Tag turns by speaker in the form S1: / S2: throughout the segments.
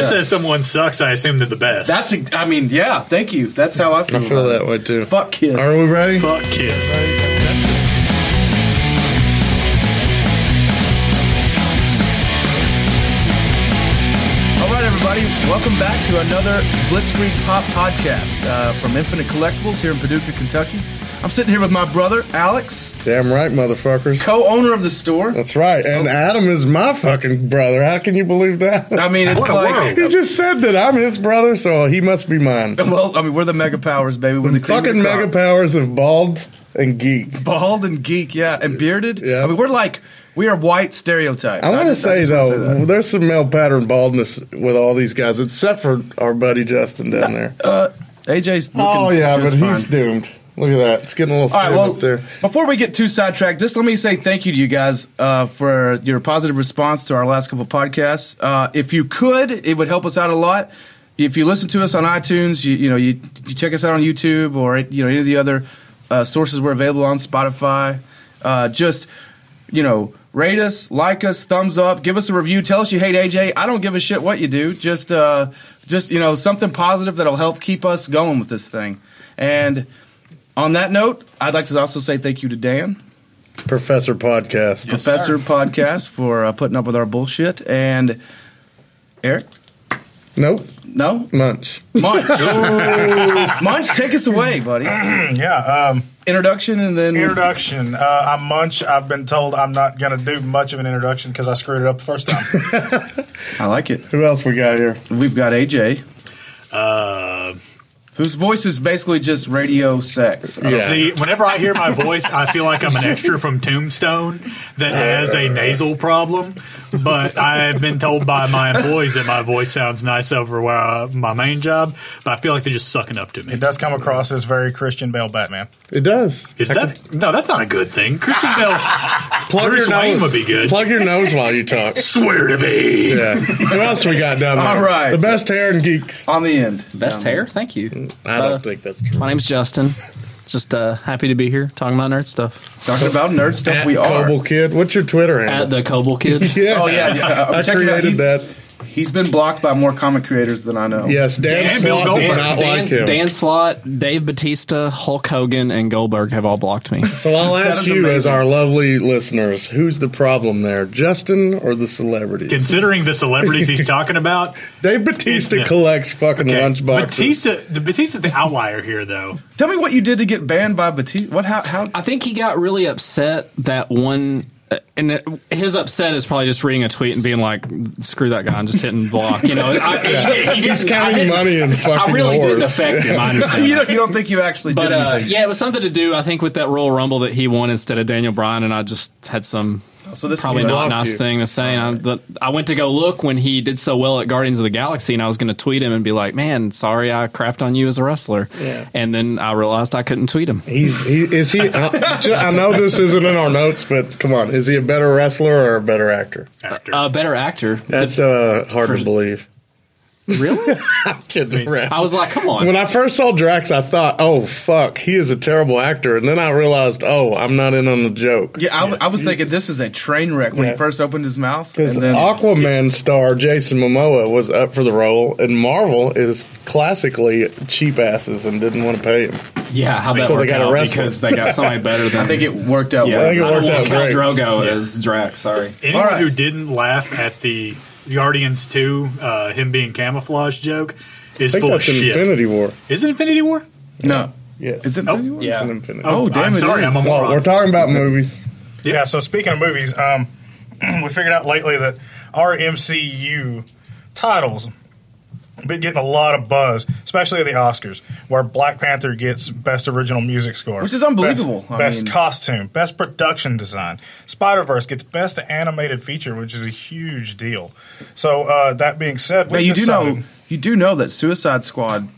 S1: says someone sucks, I assume they're the best.
S2: That's, I mean, yeah, thank you. That's how I feel.
S3: I feel
S2: about it.
S3: that way too.
S2: Fuck Kiss.
S3: Are we ready?
S1: Fuck Kiss.
S2: All right, everybody, welcome back to another Blitzkrieg Pop podcast uh, from Infinite Collectibles here in Paducah, Kentucky. I'm sitting here with my brother, Alex,
S3: Damn right, motherfuckers.
S2: co-owner of the store.
S3: That's right. And Adam is my fucking brother. How can you believe that?
S2: I mean, it's
S1: What a
S2: like,
S3: He just said that I'm his brother, so he must be mine.
S2: well, I mean, we're the mega powers, baby. We're the cream of
S3: Fucking
S2: the crop.
S3: mega powers of bald and geek.
S2: bald and geek, yeah, and bearded.
S3: Yeah.
S2: I mean, we're like, we are white stereotypes.
S3: I want to
S2: just- I
S3: say
S2: just wanna
S3: though,
S2: that.
S3: there's some male pattern baldness with all these guys, except for our buddy Justin down there.
S2: AJ's looking.
S3: oh yeah, but
S2: just fine.
S3: he's doomed. Look at that. It's getting a little
S2: All right,
S3: thin
S2: well,
S3: up there.
S2: before we get too sidetracked, just let me say thank you to you guys uh, for your positive response to our last couple podcasts. Uh, if you could, it would help us out a lot. If you listen to us on iTunes, you, you know you, you check us out on YouTube or you know any of the other uh, sources we're available on Spotify. Uh, just you know, rate us, like us, thumbs up, give us a review, tell us you hate AJ. I don't give a shit what you do. Just uh just, you know, something positive that'll help keep us going with this thing. And on that note, I'd like to also say thank you to Dan,
S3: Professor Podcast.
S2: Professor Podcast, for uh, putting up with our bullshit, and Eric.
S3: Nope.
S2: No,
S3: Munch.
S2: Munch. Munch, take us away, buddy.
S4: Yeah, um,
S2: Introduction, and then
S4: introduction. Uh, I'm Munch. I've been told I'm not going to do much of an introduction because I screwed it up the first time.
S2: I like it.
S3: Who else we got here?
S2: We've got AJ,
S1: Uh,
S2: whose voice is basically just radio sex.
S3: Yeah.
S1: See, whenever I hear my voice, I feel like I'm an extra from Tombstone that has a nasal problem. But I have been told by my employees that my voice sounds nice over where I, my main job. But I feel like they're just sucking up to
S4: it
S1: me.
S4: does come across as very Christian Bale Batman.
S3: It does.
S1: Is that no? That's not a good thing. Christian Bell
S3: Plug
S1: Bruce Wayne would be good.
S3: Plug your nose while you talk.
S1: swear to me.
S3: Yeah. Who else we got down there?
S2: All right.
S3: The best hair and geeks.
S2: On the end.
S5: Best hair? Thank you.
S3: I
S5: Uh,
S3: don't think that's true.
S5: My name's Justin. Just uh, happy to be here talking about nerd stuff.
S2: Talking about nerd stuff, we are.
S3: Coble Kid. What's your Twitter handle?
S5: At the Kobold Kid.
S3: yeah.
S2: Oh yeah, yeah. I'm
S3: I
S2: checking out.
S3: created
S2: He's-
S3: that.
S2: He's been blocked by more comic creators than I know.
S3: Yes, Dan,
S1: Dan Bill
S3: Slott does
S1: Goldberg.
S3: not
S5: Dan,
S3: like him.
S5: Dan Slott, Dave Batista, Hulk Hogan, and Goldberg have all blocked me.
S3: So I'll ask
S2: is
S3: you, as
S2: amazing.
S3: our lovely listeners, who's the problem there, Justin or the celebrity?
S1: Considering the celebrities he's talking about,
S3: Dave Batista
S1: Yeah.
S3: collects fucking
S1: okay,
S3: lunchboxes.
S1: Batista. The Batista's the outlier here, though.
S2: Tell me what you did to get banned by Batista. What? How? How?
S5: I think he got really upset that one. uh, And it- his upset is probably just reading a tweet and being like, "Screw that guy!" and just hitting block. You know, I, he- he
S3: He's
S5: didn't- I
S3: counting
S5: didn't-
S3: money and
S5: I
S3: fucking
S5: really didn't
S3: whores.
S5: affect him. I understand.
S2: you
S5: that.
S2: don't, you don't think you actually
S5: But
S2: did
S5: uh,
S2: anything?
S5: yeah, it was something to do, I think, with that Royal Rumble that he won instead of Daniel Bryan, and I just had some
S2: So this
S5: probably
S2: is
S5: not a
S3: blocked
S5: nice
S3: you.
S5: thing to say. And I, but I went to go look when he did so well at Guardians of the Galaxy, and I was going to tweet him and be like, "Man, sorry, I crapped on you as a wrestler."
S3: Yeah.
S5: And then I realized I couldn't tweet him.
S3: He's he, is he? I, ju- I know this isn't in our notes, but come on, is he a better wrestler or a better actor?
S1: Actor.
S5: A better actor,
S3: That's uh, hard to
S5: For-
S3: believe.
S5: really?
S3: I'm kidding around.
S5: I was like, "Come on."
S3: When I first saw Drax, I thought, "Oh fuck, he is a terrible actor," and then I realized, "Oh, I'm not in on the joke."
S2: yeah, I, w- I was thinking this is a train wreck when
S3: Yeah.
S2: he first opened his mouth, and
S3: Because
S2: then
S3: Aquaman star Jason Momoa was up for the role, and Marvel is classically cheap asses and didn't want to pay him.
S5: yeah, how that
S3: So they
S5: worked
S3: got a
S5: out
S3: wrestler.
S5: because they got somebody better than.
S2: I think it worked out.
S5: yeah,
S3: I
S2: well.
S3: think it
S5: don't
S3: worked out
S5: want Khal
S3: great.
S5: Drogo as Drax. Sorry.
S1: Anyone
S2: All right.
S1: who didn't laugh at the Guardians 2, uh, him being camouflage joke, is
S3: I think
S1: full of
S3: that's an
S1: shit.
S3: Infinity War.
S1: Is it Infinity War?
S2: No,
S3: Yes.
S2: is it?
S1: Oh,
S2: Infinity War?
S3: It's
S5: Yeah.
S3: an Infinity
S2: Oh,
S3: War.
S2: damn
S1: I'm
S2: it
S1: sorry,
S2: is.
S1: I'm a
S3: Well,
S1: moron.
S3: we're talking about movies.
S4: Yeah. so speaking of movies, um, we figured out lately that our MCU titles been getting a lot of buzz, especially at the Oscars, where Black Panther gets Best Original Music Score,
S2: Which is unbelievable.
S4: Best,
S2: I
S4: best
S2: mean-
S4: Costume, Best Production Design. Spider Verse gets Best Animated Feature, which is a huge deal. So uh, that being said,
S2: Now
S4: we
S2: you do
S4: decided-
S2: know you do know that Suicide Squad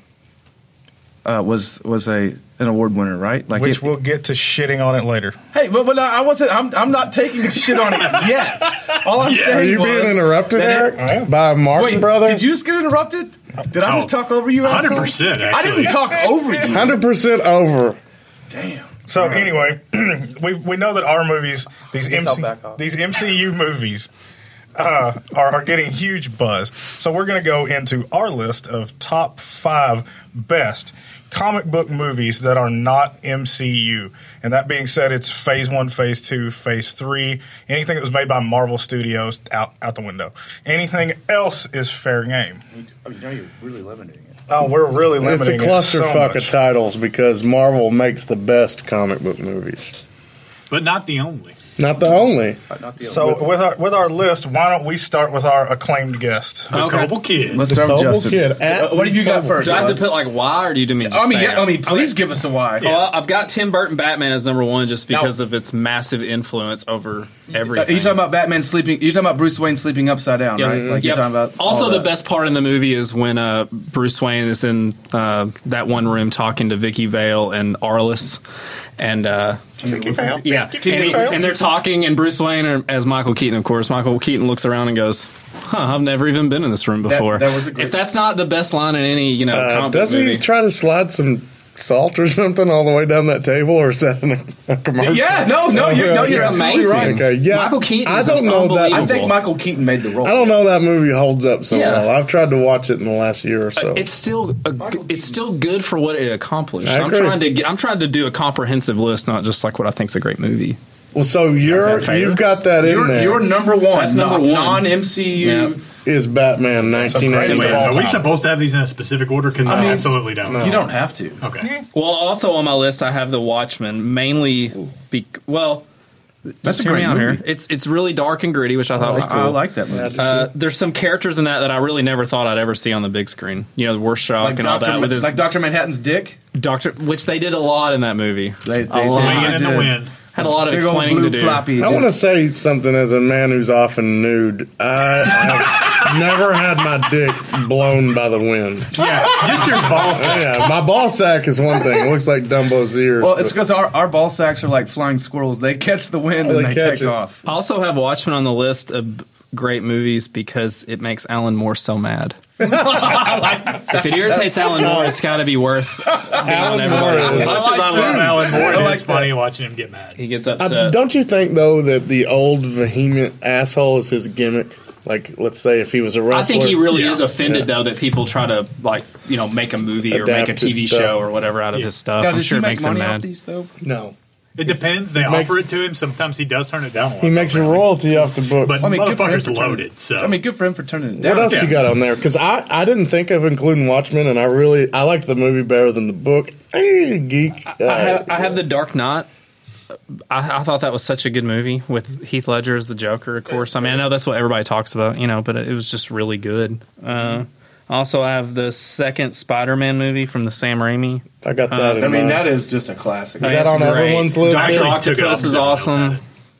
S2: uh, was was a an award winner, right? Like
S4: which
S2: it-
S4: we'll get to shitting on it later.
S2: Hey, but, but I wasn't. I'm, I'm not taking shit on it yet. All I'm saying
S3: Are you
S2: was
S3: being interrupted,
S2: that it-
S3: Eric,
S4: I am.
S3: by Mark
S2: Wait,
S3: brother?
S2: did you just get interrupted? Did I just
S1: Oh.
S2: talk over you?
S1: 100%,
S2: asshole? I
S1: actually.
S2: didn't talk over you.
S3: Hundred percent over.
S2: Damn.
S4: So anyway, we we know that our movies, these
S2: guess I'll
S4: MC,
S2: back off.
S4: these MCU movies, uh, are, are getting huge buzz. So we're going to go into our list of top five best comic book movies that are not MCU. And that being said, it's Phase One, Phase Two, Phase Three. Anything that was made by Marvel Studios out out the window. Anything else is fair game.
S2: I mean, now you're really limiting it.
S4: Oh, we're really
S3: It's a
S4: limiting it so
S3: clusterfuck
S4: much.
S3: of titles because Marvel makes the best comic book movies.
S1: but not the only.
S3: Not the only.
S2: Not the
S4: So with our with our list, why don't we start with our acclaimed guest?
S1: The
S5: Okay.
S1: Cobble Kid.
S2: Let's start with
S3: Cobble
S2: Justin.
S3: Kid at
S2: Uh, what have you got
S3: Cobble.
S2: first?
S5: Do I have to put like why, or do you do me? Just
S2: I mean,
S5: say
S2: yeah, I
S5: it?
S2: mean, please give us a why.
S5: Well, I've got Tim Burton Batman as number one just because of its massive influence over
S2: Uh,
S5: everything.
S2: you're talking about Batman sleeping. You're talking about Bruce Wayne sleeping upside down,
S5: Yep.
S2: right? Like you're
S5: Yep.
S2: talking about. all
S5: also the
S2: that.
S5: best part in the movie is when uh, Bruce Wayne is in uh, that one room talking to Vicky Vale and Arliss, and uh, yeah, and, he- and they're talking, and Bruce Wayne or, as Michael Keaton, of course. Michael Keaton looks around and goes, "Huh, I've never even been in this room before."
S2: that was a great-
S5: if that's not the best line in any, you know,
S3: Uh,
S5: comic book
S3: doesn't he
S5: movie.
S3: try to slide some salt or something all the way down that table, or is that in a, a commercial?
S2: Yeah, no, no, you're, no, you're
S5: He's
S2: absolutely
S5: amazing.
S2: right.
S3: Okay, yeah.
S5: Michael Keaton
S3: I
S5: is
S3: don't know that.
S2: I
S5: unbelievable.
S2: think Michael Keaton made the role.
S3: I don't know that movie holds up so
S5: Yeah.
S3: well. I've tried to watch it in the last year or so.
S5: It's still a, it's still good for what it accomplished.
S3: I
S5: I'm
S3: agree.
S5: trying to get, I'm trying to do a comprehensive list, not just like what I think's a great movie.
S3: well, so you're
S5: Is that fair?
S3: you've got that in
S2: You're,
S3: there.
S2: you're number one.
S5: That's number one.
S2: Non MCU.
S5: Yeah.
S3: is Batman
S4: a great
S1: Wait,
S3: 1989.
S4: all
S1: are we
S4: time.
S1: supposed to have these in a specific order? Because I,
S2: mean,
S1: absolutely don't.
S2: You don't have to.
S1: Okay.
S5: Well, also on my list, I have The Watchmen, mainly be well.
S2: That's
S5: just hear me out here. It's it's really dark and gritty, which I thought was cool.
S2: Oh, I, I like that movie.
S5: Uh, there's some characters in that that I really never thought I'd ever see on the big screen. You know, Rorschach
S2: like
S5: and all
S2: Doctor,
S5: that with his
S2: like Doctor Manhattan's dick.
S5: doctor, which they did a lot in that movie.
S2: They- they
S5: a
S2: did.
S5: lot.
S1: Swinging in the
S2: did.
S1: wind.
S5: Had a lot of
S2: Big old
S5: explaining
S2: blue
S5: to do.
S2: floppy.
S3: I want to
S2: just-
S3: say something as a man who's often nude. I have never had my dick blown by the wind.
S1: Yeah, just your ball sack.
S3: Yeah, my ball sack is one thing. It looks like Dumbo's ears.
S2: Well, it's
S3: but
S2: because our, our ball sacks are like flying squirrels. They catch the wind
S3: Oh,
S2: and
S3: they
S2: they
S3: catch
S2: take
S3: it.
S2: off.
S5: I also have Watchmen on the list of great movies because it makes Alan Moore so mad. if it irritates Alan Moore, it's got to be worth being on
S3: Moore
S5: everybody.
S3: is-
S1: Much as I love Alan Moore, it is funny watching him get mad.
S5: He gets
S3: I,
S5: upset.
S3: don't you think though that the old vehement asshole is his gimmick? Like, let's say if he was a wrestler,
S5: I think he really
S1: Yeah.
S5: is offended though that people try to like you know make a movie or
S3: Adapt
S5: make a
S3: his
S5: TV
S3: stuff.
S5: show or whatever out of
S1: Yeah.
S5: his stuff.
S2: Now,
S5: I'm
S2: does
S5: sure
S2: he
S5: it
S2: make
S5: makes him
S2: money off
S5: mad.
S2: these though?
S3: no.
S1: It depends. They
S3: makes-
S1: offer it to him. Sometimes he does turn it down. A lot,
S3: He makes a royalty off the book.
S1: But
S2: I mean, good for him
S1: motherfucker's
S2: for turning-
S1: loaded. So
S2: I mean, good for him for turning it down.
S3: What else
S1: Yeah.
S3: you got on there? Because I, I didn't think of including Watchmen, and I really I liked the movie better than the book. Eh, geek. Uh,
S5: I have, I have the Dark Knight. I, I thought that was such a good movie with Heath Ledger as the Joker. Of course, I mean I know that's what everybody talks about, you know, but it was just really good. Uh, also, I have the second Spider-Man movie from the Sam Raimi.
S3: I got that. in
S2: I mean,
S3: mind.
S2: that is just a classic.
S3: Is that
S5: It's
S3: on
S5: great.
S3: everyone's list?
S5: Doctor
S1: Actually, took it off
S5: Octopus is
S1: someone else
S5: awesome.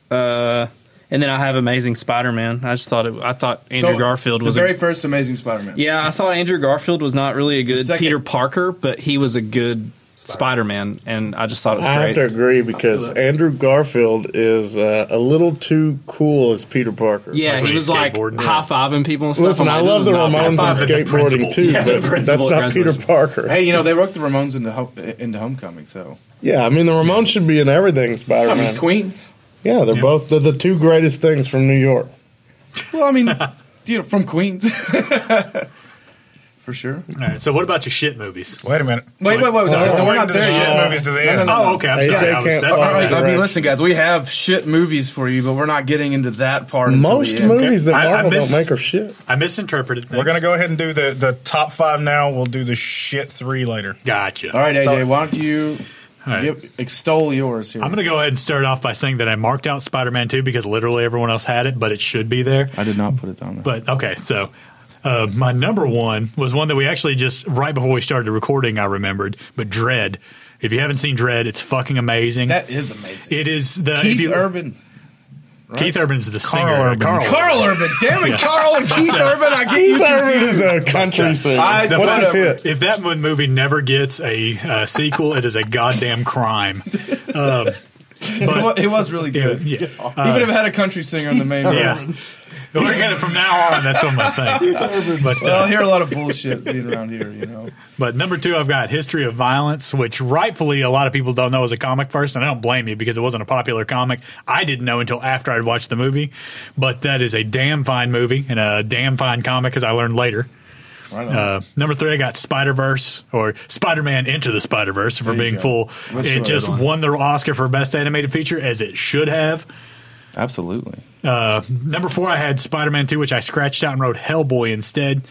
S1: had
S5: Uh, and then I have Amazing Spider-Man. I just thought it, I thought Andrew
S2: So,
S5: Garfield was
S2: the
S5: a
S2: very first Amazing Spider-Man.
S5: Yeah, I thought Andrew Garfield was not really a good
S2: Second-
S5: Peter Parker, but he was a good Spider Man, and I just thought it was
S3: I have
S5: great.
S3: to agree because Andrew Garfield is uh, a little too cool as Peter Parker.
S5: yeah,
S1: Like
S5: he
S1: when
S5: was
S1: he's
S5: like
S1: skateboarding.
S5: high fiving people and stuff.
S3: Listen,
S5: I'm
S3: I
S5: like, this
S3: love
S5: is
S3: the
S5: not bad.
S3: Ramones
S1: Five
S3: and
S1: and the
S3: skateboarding
S1: principal.
S3: too,
S5: Yeah, the
S3: but that's
S5: principal
S3: not Peter
S5: graduation.
S3: Parker.
S2: Hey, you know they roped the Ramones into Ho- into Homecoming, so
S3: Yeah, I mean the Ramones should be in everything
S2: I
S3: Spider
S2: mean
S3: Man.
S2: Queens.
S3: Yeah, they're both they're the two greatest things from New York.
S2: Well, I mean, you know, from Queens, for sure.
S1: All right, so what about your shit movies?
S4: Wait a minute.
S2: Wait, wait, wait.
S3: Oh,
S2: no, we're
S4: We're
S2: not
S4: into the
S2: there
S4: shit
S2: yet.
S4: movies to the
S2: No,
S4: end.
S2: no, no.
S1: Oh, okay. I'm
S3: Hey,
S1: sorry.
S3: they
S1: I was,
S3: can't
S1: that's
S3: fuck
S1: my
S2: All right,
S1: bad.
S2: I mean,
S3: Correct.
S2: listen, guys, we have shit movies for you, but we're not getting into that part. until
S3: Most
S2: the end.
S3: movies that
S1: I- I
S3: Marvel
S1: miss-
S3: don't make are shit.
S1: I misinterpreted. Things.
S4: We're gonna go ahead and do the the top five now. We'll do the shit three later.
S1: Gotcha.
S2: All right, AJ,
S4: So-
S2: why don't you
S1: All right.
S2: give, extol yours here?
S1: I'm going to go ahead and start off by saying that I marked out Spider Man 2 because literally everyone else had it, but it should be there.
S2: I did not put it down there.
S1: But okay, so uh, my number one was one that we actually just right before we started recording, I remembered. But Dread. If you haven't seen Dread, it's fucking amazing.
S2: that is amazing.
S1: it is the
S2: Keith
S1: if you,
S2: Urban.
S1: Keith Urban's the
S4: Carl
S1: singer.
S4: Urban.
S1: Carl.
S2: Carl Urban. Damn it, Carl and Keith Urban. I get
S3: Keith
S2: you.
S3: Urban is a country singer.
S2: I-
S3: What's his
S2: whatever.
S3: hit?
S1: If that one movie never gets a uh, sequel, it is a goddamn crime. Um,
S2: It wa-
S1: but
S2: It was uh, really
S1: yeah,
S2: good.
S1: yeah.
S2: He would have had a country singer in the main role.
S1: Yeah. Look at it from now on. That's what my thing. But,
S2: Well, I
S1: uh,
S2: hear a lot of bullshit being around here, you know.
S1: but number two, I've got History of Violence, which rightfully a lot of people don't know as a comic first, and I don't blame you because it wasn't a popular comic. I didn't know until after I'd watched the movie, but that is a damn fine movie and a damn fine comic, as I learned later.
S2: Right on.
S1: Uh, number three, I got Spider Verse or Spider Man Into the Spider Verse for
S2: you
S1: being
S2: go.
S1: full.
S2: That's the
S1: it
S2: right
S1: just
S2: one.
S1: won the Oscar for Best Animated Feature, as it should have.
S2: Absolutely.
S1: Uh, number four, I had Spider Man 2, which I scratched out and wrote Hellboy instead,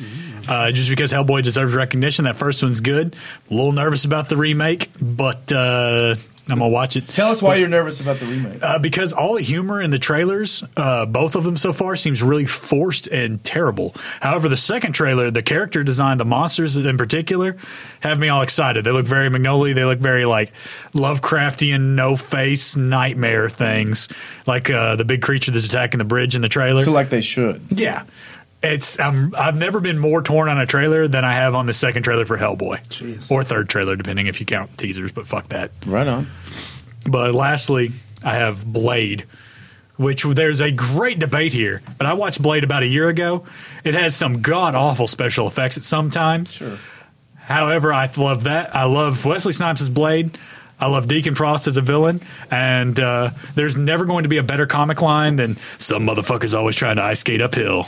S1: uh, just because Hellboy deserves recognition. That first one's good. A little nervous about the remake, but uh, I'm going to watch it.
S2: Tell us why you're nervous about the remake.
S1: Uh, because all the humor in the trailers, uh, both of them so far, seems really forced and terrible. However, the second trailer, the character design, the monsters in particular, have me all excited. They look very Magnolia. They look very like Lovecraftian, no face nightmare things, like uh, the big creature that's attacking the bridge in the trailer.
S2: So, like they should.
S1: yeah. It's I'm, I've never been more torn on a trailer than I have on the second trailer for Hellboy, or third trailer, depending if you count teasers. But fuck that.
S2: Right on.
S1: But lastly, I have Blade, which there's a great debate here. But I watched Blade about a year ago. It has some god awful special effects at sometimes. Sure. However, I love that. I love Wesley Snipes as Blade. I love Deacon Frost as a villain, and uh, there's never going to be a better comic line than "some motherfuckers always trying to ice skate uphill."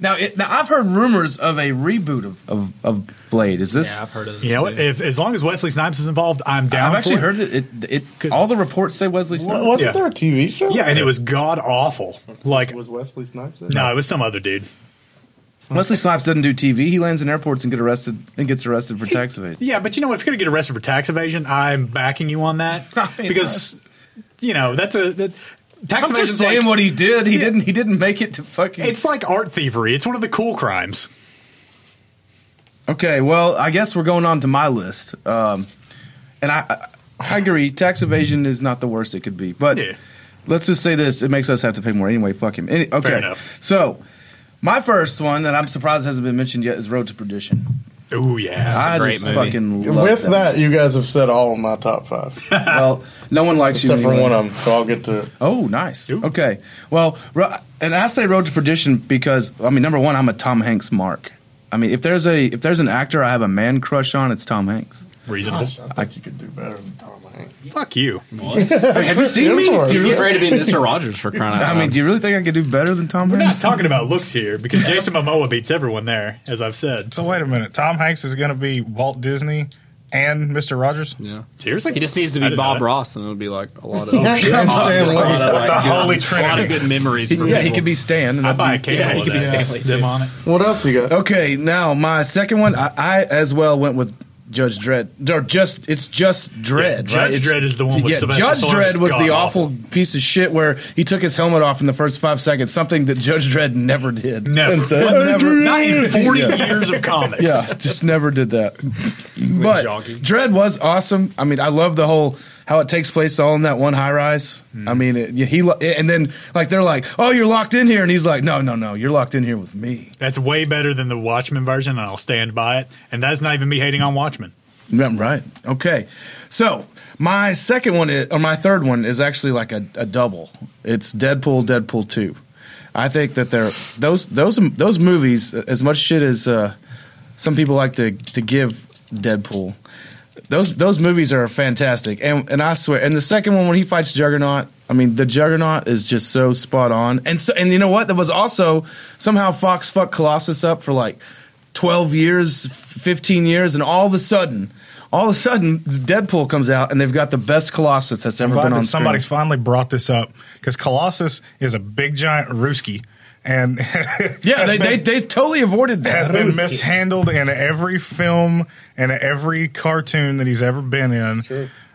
S2: Now, it, now I've heard rumors of a reboot of, of, of Blade. Is this?
S5: Yeah, I've heard of this.
S1: You know,
S5: too.
S1: if as long as Wesley Snipes is involved, I'm down.
S2: I've actually
S1: for it.
S2: heard that it. it, all the reports say Wesley Snipes.
S3: Wa- Wasn't
S1: Yeah.
S3: there a TV show?
S1: Yeah, and it was god awful. Like,
S3: was Wesley Snipes. in it?
S1: no, it was some other dude.
S2: Wesley Snipes doesn't do TV. He lands in airports and get arrested and gets arrested for tax evasion.
S1: Yeah, but you know what? If you're going to get arrested for tax evasion, I'm backing you on that
S2: I mean,
S1: because you know that's a that, tax
S2: I'm
S1: evasion.
S2: just saying
S1: like,
S2: what he did. He didn't. He didn't make it to fucking.
S1: it's like art thievery. It's one of the cool crimes.
S2: okay. Well, I guess we're going on to my list. Um, and I, I, I agree. Tax evasion is not the worst it could be, but
S1: Yeah.
S2: let's just say this: it makes us have to pay more anyway. Fuck him. Any, okay.
S1: enough.
S2: So, my first one that I'm surprised hasn't been mentioned yet is Road to Perdition.
S1: Oh yeah,
S2: I
S5: great
S2: just
S5: movie.
S2: fucking love
S3: With that, you guys have said all of my top five,
S2: well, no one likes
S3: except
S2: you
S3: for
S2: anyway.
S3: one of them. So I'll get to it.
S2: Oh, nice.
S1: Ooh.
S2: Okay. Well, ro- and I say Road to Perdition because I mean, number one, I'm a Tom Hanks mark. I mean, if there's a if there's an actor I have a man crush on, it's Tom Hanks.
S1: reasonable.
S3: I think you could do better than Tom Hanks.
S1: Fuck you.
S2: have you seen me?
S3: Hemsworth.
S2: Do
S5: He's
S2: you
S5: getting
S2: really-
S5: ready to be Mr. Rogers for crying out
S2: I mean,
S5: loud.
S2: do you really think I could do better than Tom
S1: We're not
S2: Hanks?
S1: talking about looks here because Jason Momoa beats everyone there, as I've said.
S4: So wait a minute. Tom Hanks is going to be Walt Disney and Mr. Rogers.
S5: Yeah.
S1: Seriously,
S5: He just needs
S1: I
S5: to be
S1: didn't know
S5: Bob
S1: that.
S5: Ross, and it'll be like a lot of,
S3: shit.
S5: a lot
S3: Stan
S5: of- Oh, a
S3: Lee.
S5: lot of,
S4: What the Holy
S5: good, a lot of
S4: Trinity.
S5: good memories. For
S2: Yeah, he
S5: people.
S2: could be Stan. And
S1: I
S2: I'd
S1: buy a
S2: be-
S1: cable
S5: Yeah, he
S1: of
S5: could be
S1: that.
S5: Stanley,
S1: Them
S5: too.
S1: on it.
S3: What else you got?
S2: Okay, now my second one, I, I as well went with Judge Dredd. Or just it's just Dredd.
S1: Judge
S2: right? It's-
S1: Dredd is the one with Sylvester
S2: Judge
S1: Stallone
S2: Dredd
S1: that's
S2: was the awful,
S1: god-awful.
S2: piece of shit where he took his helmet off in the first five seconds, something that Judge Dredd never did.
S1: Never.
S3: And so-
S1: What?
S2: Never-
S1: Not in 40
S2: Yeah.
S1: years of comics.
S2: Yeah, just never did that. but
S5: jogging.
S2: Dread was awesome. I mean, I love the whole how it takes place all in that one high rise.
S1: Hmm.
S2: I mean, it, yeah, he lo- and then like they're like, "Oh, you're locked in here," and he's like, "No, no, no, you're locked in here with me."
S1: That's way better than the Watchmen version, and I'll stand by it. And that's not even me hating on Watchmen.
S2: Yeah, right. Okay. So my second one is, or my third one is actually like a, a double. It's Deadpool, Deadpool two. I think that they're those those those movies. As much shit as uh, some people like to to give Deadpool, those those movies are fantastic. And and I swear, and the second one when he fights Juggernaut, I mean the Juggernaut is just so spot on. And so and you know what? That was also somehow Fox fucked Colossus up for like twelve years, fifteen years, and all of a sudden. All of a sudden, Deadpool comes out, and they've got the best Colossus that's ever
S4: I'm glad
S2: been on
S4: that somebody's
S2: screen.
S4: finally brought this up because Colossus is a big giant Ruski, and
S2: Yeah,
S4: has
S2: they,
S4: been-
S2: they they totally avoided that.
S4: has been mishandled in every film and every cartoon that he's ever been in.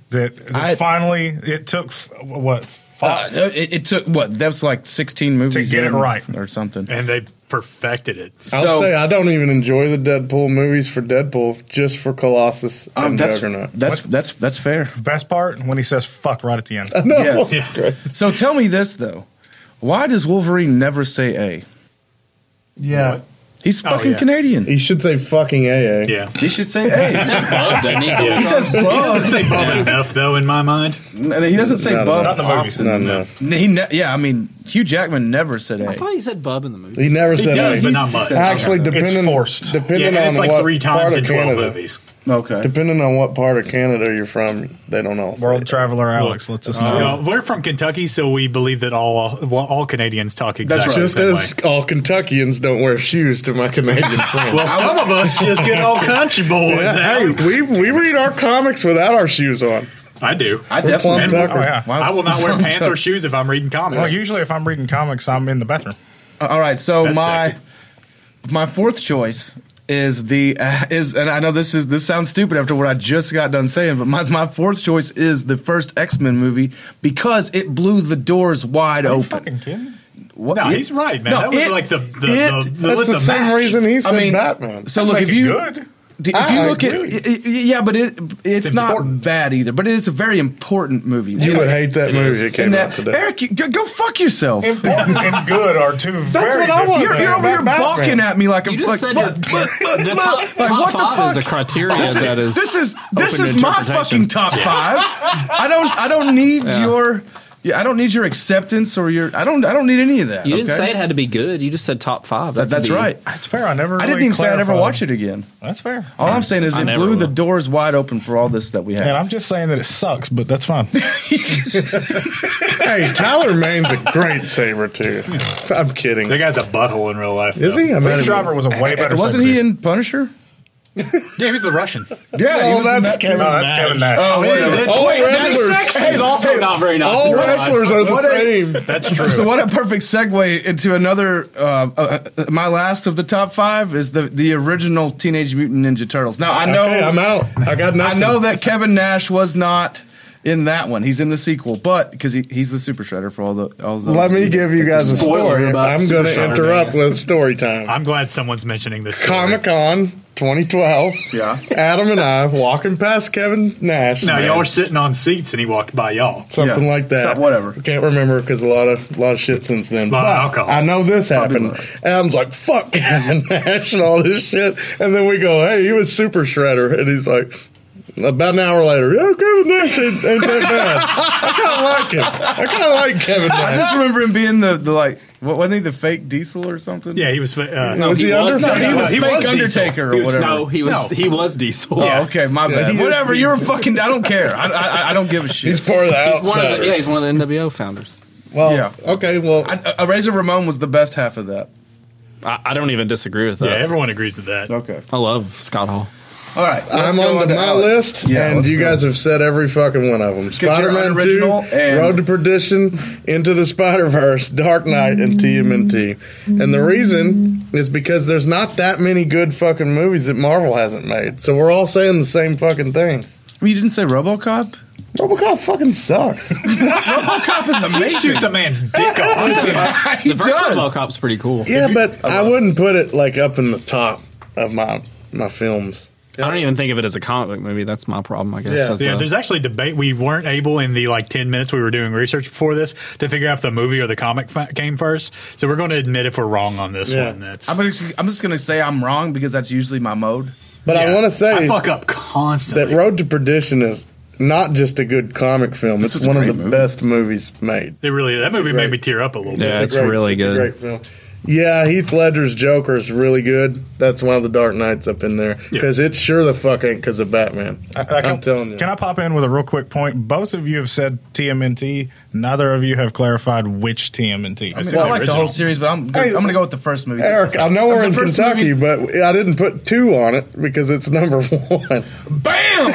S4: That, that
S2: I-
S4: finally it took f- what
S2: Uh,
S4: Fox.
S2: it, it took what? That's like sixteen movies
S4: get it
S2: in
S4: right.
S2: or something.
S1: And they perfected it.
S3: I'll
S2: So-
S3: say I don't even enjoy the Deadpool movies for Deadpool, just for Colossus and
S2: Um, that's
S3: Juggernaut.
S2: that's that's that's fair.
S4: Best part when he says "fuck" right at the end.
S3: no,
S2: yes.
S3: that's great.
S2: So tell me this though, why does Wolverine never say a?
S3: Yeah,
S2: He's fucking
S1: Oh, yeah.
S2: Canadian.
S3: he should say fucking AA.
S1: Yeah.
S2: He should say a.
S5: Bub, doesn't he?
S2: he says
S1: doesn't
S3: Oh.
S2: bub,
S1: say bub enough, though, in my mind.
S2: and he doesn't say
S3: No, no,
S2: bub.
S4: Not in the movies.
S3: No, no.
S2: He ne- yeah, I mean Hugh Jackman never said A.
S5: I thought he said bub in the movie.
S3: He never said
S1: does,
S3: A.
S1: but not much.
S3: Actually, depending
S4: forced.
S1: Yeah,
S3: depending
S1: and
S3: on
S1: it's like
S3: what
S1: three
S3: part
S1: times
S3: of
S1: in 12
S3: Canada,
S1: movies.
S2: Okay.
S3: Depending on what part of Canada you're from, they don't know.
S4: World Traveler Alex lets us know.
S1: You know, we're from Kentucky, so we believe that all well, all Canadians talk exactly
S2: right.
S1: the
S3: Just
S1: same
S3: as
S1: way.
S3: all Kentuckians don't wear shoes to my Canadian friends.
S1: Well, some of us just get all country boys.
S3: Yeah, hey,
S1: Alex.
S3: we, we read our comics without our shoes on.
S1: I do.
S2: I
S3: We're plum
S2: definitely.
S3: tuckers.
S4: Oh, yeah.
S2: Wow.
S1: I will not wear pants or shoes if I'm reading
S4: Well,
S1: comics.
S4: usually if I'm reading comics, I'm in the bathroom.
S2: Uh, All right, so
S1: That's
S2: my
S1: sexy.
S2: my fourth choice is the uh, is and I know this is this sounds stupid after what I just got done saying, but my, my fourth choice is the first X Men movie because it blew the doors wide
S4: Are you
S2: open.
S4: fucking kidding?
S2: What-
S1: no,
S2: it-
S1: he's right, man.
S2: No,
S1: that was
S2: it-
S1: like the the,
S2: it-
S1: the, the,
S3: That's
S1: lit
S3: the,
S1: the
S3: same
S1: match.
S3: reason he
S2: I
S3: said
S2: mean,
S3: Batman.
S2: So look,
S4: Make
S2: if
S4: it
S2: you
S4: good.
S2: D- if
S3: I
S2: you look
S3: agree.
S2: at y- y- yeah, but it it's, not
S1: important.
S2: bad either. But it's a very important movie.
S3: you
S2: Yes.
S3: would hate that
S5: it
S3: movie
S5: is.
S3: that
S2: And
S3: came out
S2: that,
S3: today.
S2: Eric, you- go, go fuck yourself.
S4: Important and good are two very
S3: what I
S4: different
S3: want.
S2: You're,
S4: things.
S2: you're over here
S3: Batman.
S2: balking at me like
S5: You
S2: I'm
S5: just
S2: like,
S5: said
S2: look,
S5: the-
S2: look, look,
S5: the
S2: look,
S5: top-
S2: like,
S5: top
S2: what the
S5: five
S2: fuck?
S5: is a criteria that is
S2: this is this
S5: open
S2: is
S5: to
S2: my
S5: interpretation.
S2: fucking top five. I don't I don't need
S5: Yeah.
S2: your yeah, I don't need your acceptance or your I don't I don't need any of that.
S5: You didn't
S2: okay?
S5: say it had to be good. You just said top five.
S2: That- that's right.
S4: That's fair. I never.
S2: I didn't
S4: really
S2: even say I'd ever
S4: clarified.
S2: watch it again.
S4: That's fair.
S2: All I'm saying is
S5: I
S2: it
S5: never
S2: blew the
S5: will.
S2: doors wide open for all this that we
S4: And
S2: had.
S4: I'm just saying that it sucks, but that's fine.
S3: hey, Tyler Maine's a great saber too. I'm kidding.
S1: That guy's a butthole in real life.
S3: Is
S1: though.
S3: he? I mean,
S4: Baby Driver was a way better.
S2: Wasn't he
S4: secretary.
S2: in Punisher?
S1: Yeah, he's the Russian.
S2: Yeah,
S3: Oh,
S2: in
S3: that's
S2: that-
S3: Kevin.
S4: No, that's
S1: Nash.
S4: Kevin Nash.
S2: Oh, whatever.
S3: All
S5: Sex
S3: wrestlers,
S5: is also not very nice.
S3: all wrestlers are the
S2: What a-
S3: same.
S1: That's true.
S2: So what a perfect segue into another. Uh, uh, uh, my last of the top five is the the original Teenage Mutant Ninja Turtles. Now I know
S3: Okay, I'm out. I got
S2: I
S3: nothing.
S2: know that Kevin Nash was not in that one. He's in the sequel, but because he, he's the super shredder for all the all the.
S3: Let me give you guys a
S5: Spoiler
S3: story.
S5: about
S3: I'm going to
S5: Superstar
S3: interrupt with story time.
S1: I'm glad someone's mentioning this. story.
S3: Comic Con 2012.
S2: Yeah.
S3: Adam and I walking past Kevin Nash.
S1: No,
S3: man.
S1: y'all were sitting on seats, and he walked by y'all.
S3: something
S2: Yeah.
S3: like that.
S2: So- whatever.
S3: Can't remember because a lot of lot of shit since then.
S1: Lot of
S3: But
S1: alcohol.
S3: I know this happened.
S2: not.
S3: And I was like, "Fuck Kevin Nash and all this shit." And then we go, "Hey, he was super shredder," and he's like. About an hour later, yeah, Kevin Nash ain't, ain't that bad. I kind of like him. I kind of like Kevin
S2: I
S3: Nash.
S2: just remember him being the, the like what wasn't he the fake Diesel or something?
S1: Yeah, he was. Uh,
S5: No,
S3: was
S5: he
S3: he under?
S5: was not.
S2: he was
S1: He
S2: fake
S1: was
S2: Undertaker or whatever.
S5: No, he was
S1: No.
S5: he was diesel.
S2: Oh, okay, my
S3: Yeah,
S2: bad.
S3: he-
S2: Whatever, you're fucking. I don't care. I, I, I don't give a shit.
S3: He's part of the
S5: He's one of
S3: outsiders.
S5: the, yeah, he's one of the NWO founders.
S3: well,
S2: Yeah.
S3: okay, well,
S2: I, uh, Razor Ramon was the best half of that.
S5: I, I don't even disagree with
S1: yeah,
S5: that.
S1: everyone agrees with that.
S2: Okay.
S5: I love Scott Hall.
S2: All right. let's
S3: I'm
S2: go
S3: on, to
S2: to
S3: my
S2: Alex.
S3: list,
S2: Yeah,
S3: and
S2: let's
S3: you
S2: go.
S3: guys have said every fucking one of them.
S2: your
S3: Spider-Man Two,
S2: unoriginal and-
S3: Road to Perdition, Into the Spider-Verse, Dark Knight, and TMNT. And the reason is because there's not that many good fucking movies that Marvel hasn't made. So we're all saying the same fucking things.
S2: You didn't say RoboCop?
S3: RoboCop fucking sucks.
S2: RoboCop is
S1: He
S2: amazing.
S1: shoots a man's dick off.
S2: he
S5: The first
S2: does.
S5: Hall Cop's pretty cool.
S3: yeah, but I wouldn't put it like up in the top of my my films.
S5: I don't even think of it as a comic book movie. That's my problem, I guess.
S3: Yeah.
S5: That's
S1: Yeah,
S5: a-
S1: there's actually debate. We weren't able in the like ten minutes we were doing research before this to figure out if the movie or the comic fa- came first. So we're going to admit if we're wrong on this
S3: Yeah.
S1: one. That's
S2: I'm, just, I'm just gonna say I'm wrong because that's usually my mode.
S3: But I
S1: Yeah.
S3: want to say
S1: I fuck up
S3: that
S1: constantly.
S3: Road to Perdition is not just a good comic film;
S2: This
S3: it's
S2: is a
S3: one of
S2: great
S3: the
S2: movie.
S3: best movies made.
S1: it really that movie
S3: great-
S1: made me tear up a little
S5: Yeah.
S1: bit.
S5: it's
S3: a
S5: really
S3: a
S5: good.
S3: great film. Yeah, Heath Ledger's Joker is really good. That's why the Dark Knight's up in there because it's sure the fuck ain't because of Batman. I,
S4: I- I
S3: am telling you.
S4: Can I pop in with a real quick point? Both of you have said TMNT. Neither of you have clarified which TMNT.
S1: I said
S2: Well, I
S1: the
S2: like the
S1: original.
S2: whole series, but I'm gonna,
S3: Hey,
S2: I'm gonna go with the first movie.
S3: Eric, I know we're
S2: The
S3: in
S2: first
S3: Kentucky,
S2: movie-
S3: but I didn't put two on it because it's number one.
S2: Bam!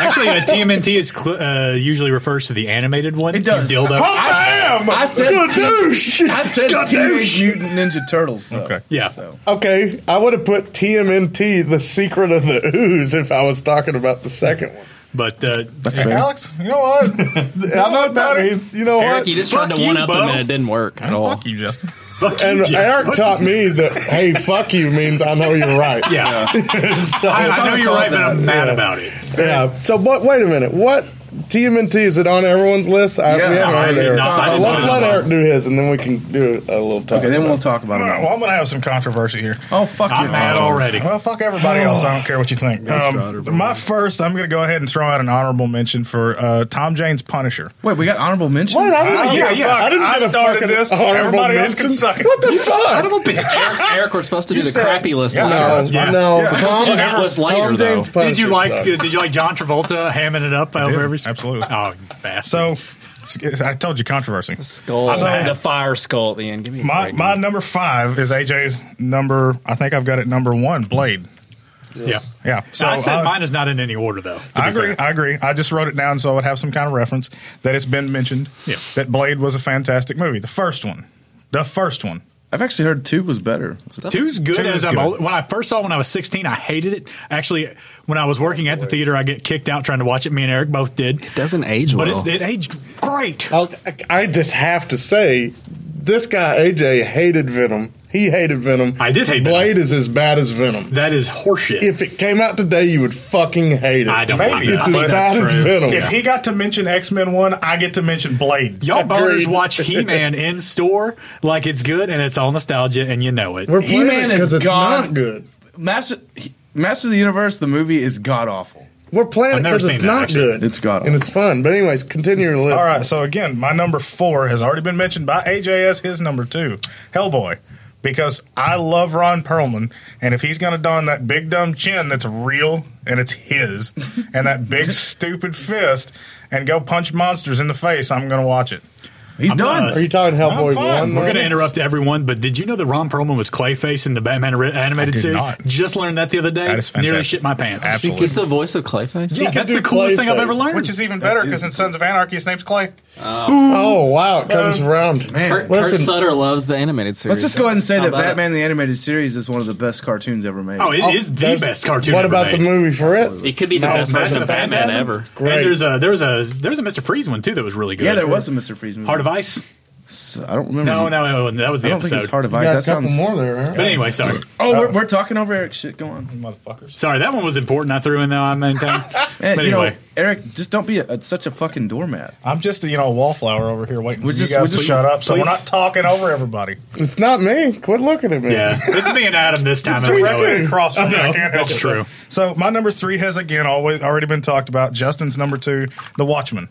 S1: Actually, uh, a TMNT is cl- uh, usually refers to the animated one.
S2: It does.
S1: Dildo.
S3: Bam!
S2: I said
S3: Gadoosh!
S2: I said Teenage
S3: Gadoosh!
S2: Mutant Ninja Turtles. Though.
S4: Okay.
S1: Yeah.
S2: So.
S3: Okay, I would have put TMNT, The Secret of the Ooze, if I was talking about the second one.
S1: But uh,
S2: That's
S4: Hey,
S2: fair.
S4: Alex, you know what?
S3: I know what that means. You know
S5: Eric,
S3: what?
S5: you just
S1: Fuck
S5: tried to one
S1: you,
S5: up him
S1: Bo.
S5: and it didn't work at all.
S4: Fuck you, Justin.
S1: fuck you,
S3: and
S1: Jeff.
S3: Eric taught me that, hey, fuck you means I know you're right.
S1: Yeah,
S3: So-
S1: I, I
S2: taught
S1: know
S2: us
S1: you're
S2: all
S1: right, but
S2: that.
S1: I'm mad
S3: Yeah.
S1: about it.
S3: Yeah. So, but wait a minute. What TMNT is it on everyone's list?
S2: Yeah.
S3: I, we haven't
S1: No,
S3: heard
S1: I-
S3: Eric's.
S1: no, I
S3: Let's
S1: just wanted
S3: let
S1: to-
S3: Eric do his, and then we can do a little talk.
S2: Okay, then we'll talk about
S4: All right,
S2: it.
S4: well, I'm going to have some controversy here.
S2: Oh fuck you,
S1: I'm mad
S2: Roger.
S1: already.
S4: Well, fuck everybody else. I don't care what you think. Um, my first, I'm going to go ahead and throw out an honorable mention for uh, Tom Jane's Punisher.
S2: Wait, we got honorable mentions.
S3: Wait, I didn't
S4: I
S3: get a
S4: yeah,
S3: fuck.
S4: I,
S3: I didn't get a
S4: started
S3: fucking
S4: this.
S3: honorable
S4: Everybody else can
S3: mention.
S4: suck it.
S3: What the fuck?
S5: Son of a bitch. Eric, Eric, we're supposed to do the
S4: said-
S5: crappy list
S4: Yeah,
S5: later.
S3: No,
S4: that's fine.
S3: no.
S2: Yeah.
S3: Tom,
S5: And that was later,
S3: Tom
S5: though.
S3: Jane's
S1: Did you
S3: Punisher
S1: like?
S3: sucked.
S1: Did you like John Travolta hamming it up over
S4: did.
S1: every?
S4: Absolutely.
S1: Oh, you bastard.
S4: So, s- I told you controversy.
S5: Skull.
S1: So-
S5: the fire skull at the end. Give me a
S4: My
S5: break.
S4: my number five is AJ's number. I think I've got it number one. Blade.
S1: yeah.
S4: Yeah.
S1: So
S4: So
S1: I said
S4: uh,
S1: mine is not in any order though. to
S4: I
S1: be
S4: agree.
S1: fair.
S4: I agree. I just wrote it down so I would have some kind of reference that it's been mentioned.
S1: Yeah.
S4: That Blade was a fantastic movie. The first one. The first one.
S2: I've actually heard two was better.
S1: Two's good
S4: Two
S1: as
S4: is
S1: I'm
S4: good.
S1: old. When I first saw it when I was 16, I hated it. Actually, when I was working at the theater, I get kicked out trying to watch it. Me and Eric both did.
S5: It doesn't age
S1: But
S5: well.
S1: it, it aged great.
S3: I'll, I just have to say, this guy AJ hated Venom. He hated Venom.
S1: I did hate
S3: Blade is as bad as Venom.
S1: That is horseshit.
S3: If it came out today, you would fucking hate it.
S1: I don't
S4: Maybe.
S1: like it. I
S4: It's
S3: as
S1: think that's
S3: bad as
S1: true.
S3: Venom.
S4: If he got to mention X Men one, I get to mention Blade.
S1: Y'all boners
S3: Agreed.
S1: watch He Man in store like it's good and it's all nostalgia and you know it.
S3: We're playing
S2: He-Man
S3: it
S2: is
S3: because it's
S2: God.
S3: not good.
S2: Master he- Master of the Universe, the movie is god awful.
S3: We're playing
S1: I've
S3: it
S1: never
S3: because it's
S1: seen that,
S3: not
S1: actually.
S3: good.
S2: It's God
S3: and it's fun. But anyways, continue your list.
S4: All right. So again, my number four has already been mentioned by AJ as his number two, Hellboy, because I love Ron Perlman, and if he's gonna don that big dumb chin that's real and it's his, and that big stupid fist, and go punch monsters in the face, I'm gonna watch it.
S2: He's done.
S1: not-
S3: Are you talking Hellboy
S4: I'm fine.
S3: One?
S1: We're
S4: We're
S1: going
S3: now?
S1: to interrupt everyone, but did you know that Ron Perlman was Clayface in the Batman ri- animated
S4: I did
S1: series?
S4: not.
S1: Just learned that the other day.
S4: That is
S1: Nearly
S4: fantastic.
S1: shit my pants.
S4: Absolutely.
S5: He's the voice of Clayface?
S1: Yeah,
S3: could
S1: that's
S3: do
S1: the coolest thing I've
S3: Clayface.
S1: ever learned.
S4: Which is even better because in Sons of Anarchy, his name's Clay.
S3: Oh wow, it comes around.
S5: Kurt, Kurt
S3: Listen,
S5: Sutter loves the animated series.
S2: Let's just go ahead and say
S5: How
S2: that
S5: about it?
S2: Batman the animated series is one of the best cartoons ever made.
S1: oh, it is
S3: oh,
S1: the
S3: there's-
S1: best cartoon.
S3: What
S1: ever
S3: about the
S1: made.
S3: movie for it?
S5: It could be the
S1: Oh,
S5: best version
S1: Massive
S5: of Batman
S1: Phantasm?
S5: ever.
S1: And
S3: Great.
S1: there's a there was a there was a Mr. Freeze one too that was really good.
S2: yeah, there was a Mr. Freeze movie.
S1: Heart of Ice.
S2: S- I don't remember.
S1: No, no, no, that was the
S2: I don't think
S1: episode.
S2: it's Heart of
S3: You
S2: Ice.
S3: got
S2: That
S3: a couple
S2: sounds.
S3: more there. Huh?
S1: but anyway, sorry,
S2: Oh, we're, we're talking over Eric's shit. Go on.
S4: Motherfuckers.
S1: sorry that one was important. I threw in though. I maintain.
S2: Eh,
S1: but
S2: you know,
S1: anyway,
S2: Eric, just don't be a, a- such a fucking doormat.
S4: I'm just a, you know, wallflower over here waiting
S2: We're
S4: for
S2: just-
S4: you guys
S2: we're just-
S4: to shut up so
S2: please.
S4: we're not talking over everybody.
S3: It's not me. Quit looking at me.
S1: yeah, it's me and Adam this time. and we know
S4: directly
S1: it.
S4: across from me. I can't help
S1: That's
S4: it.
S1: true.
S4: So my number three has again always already been talked about. Justin's number two, The Watchman,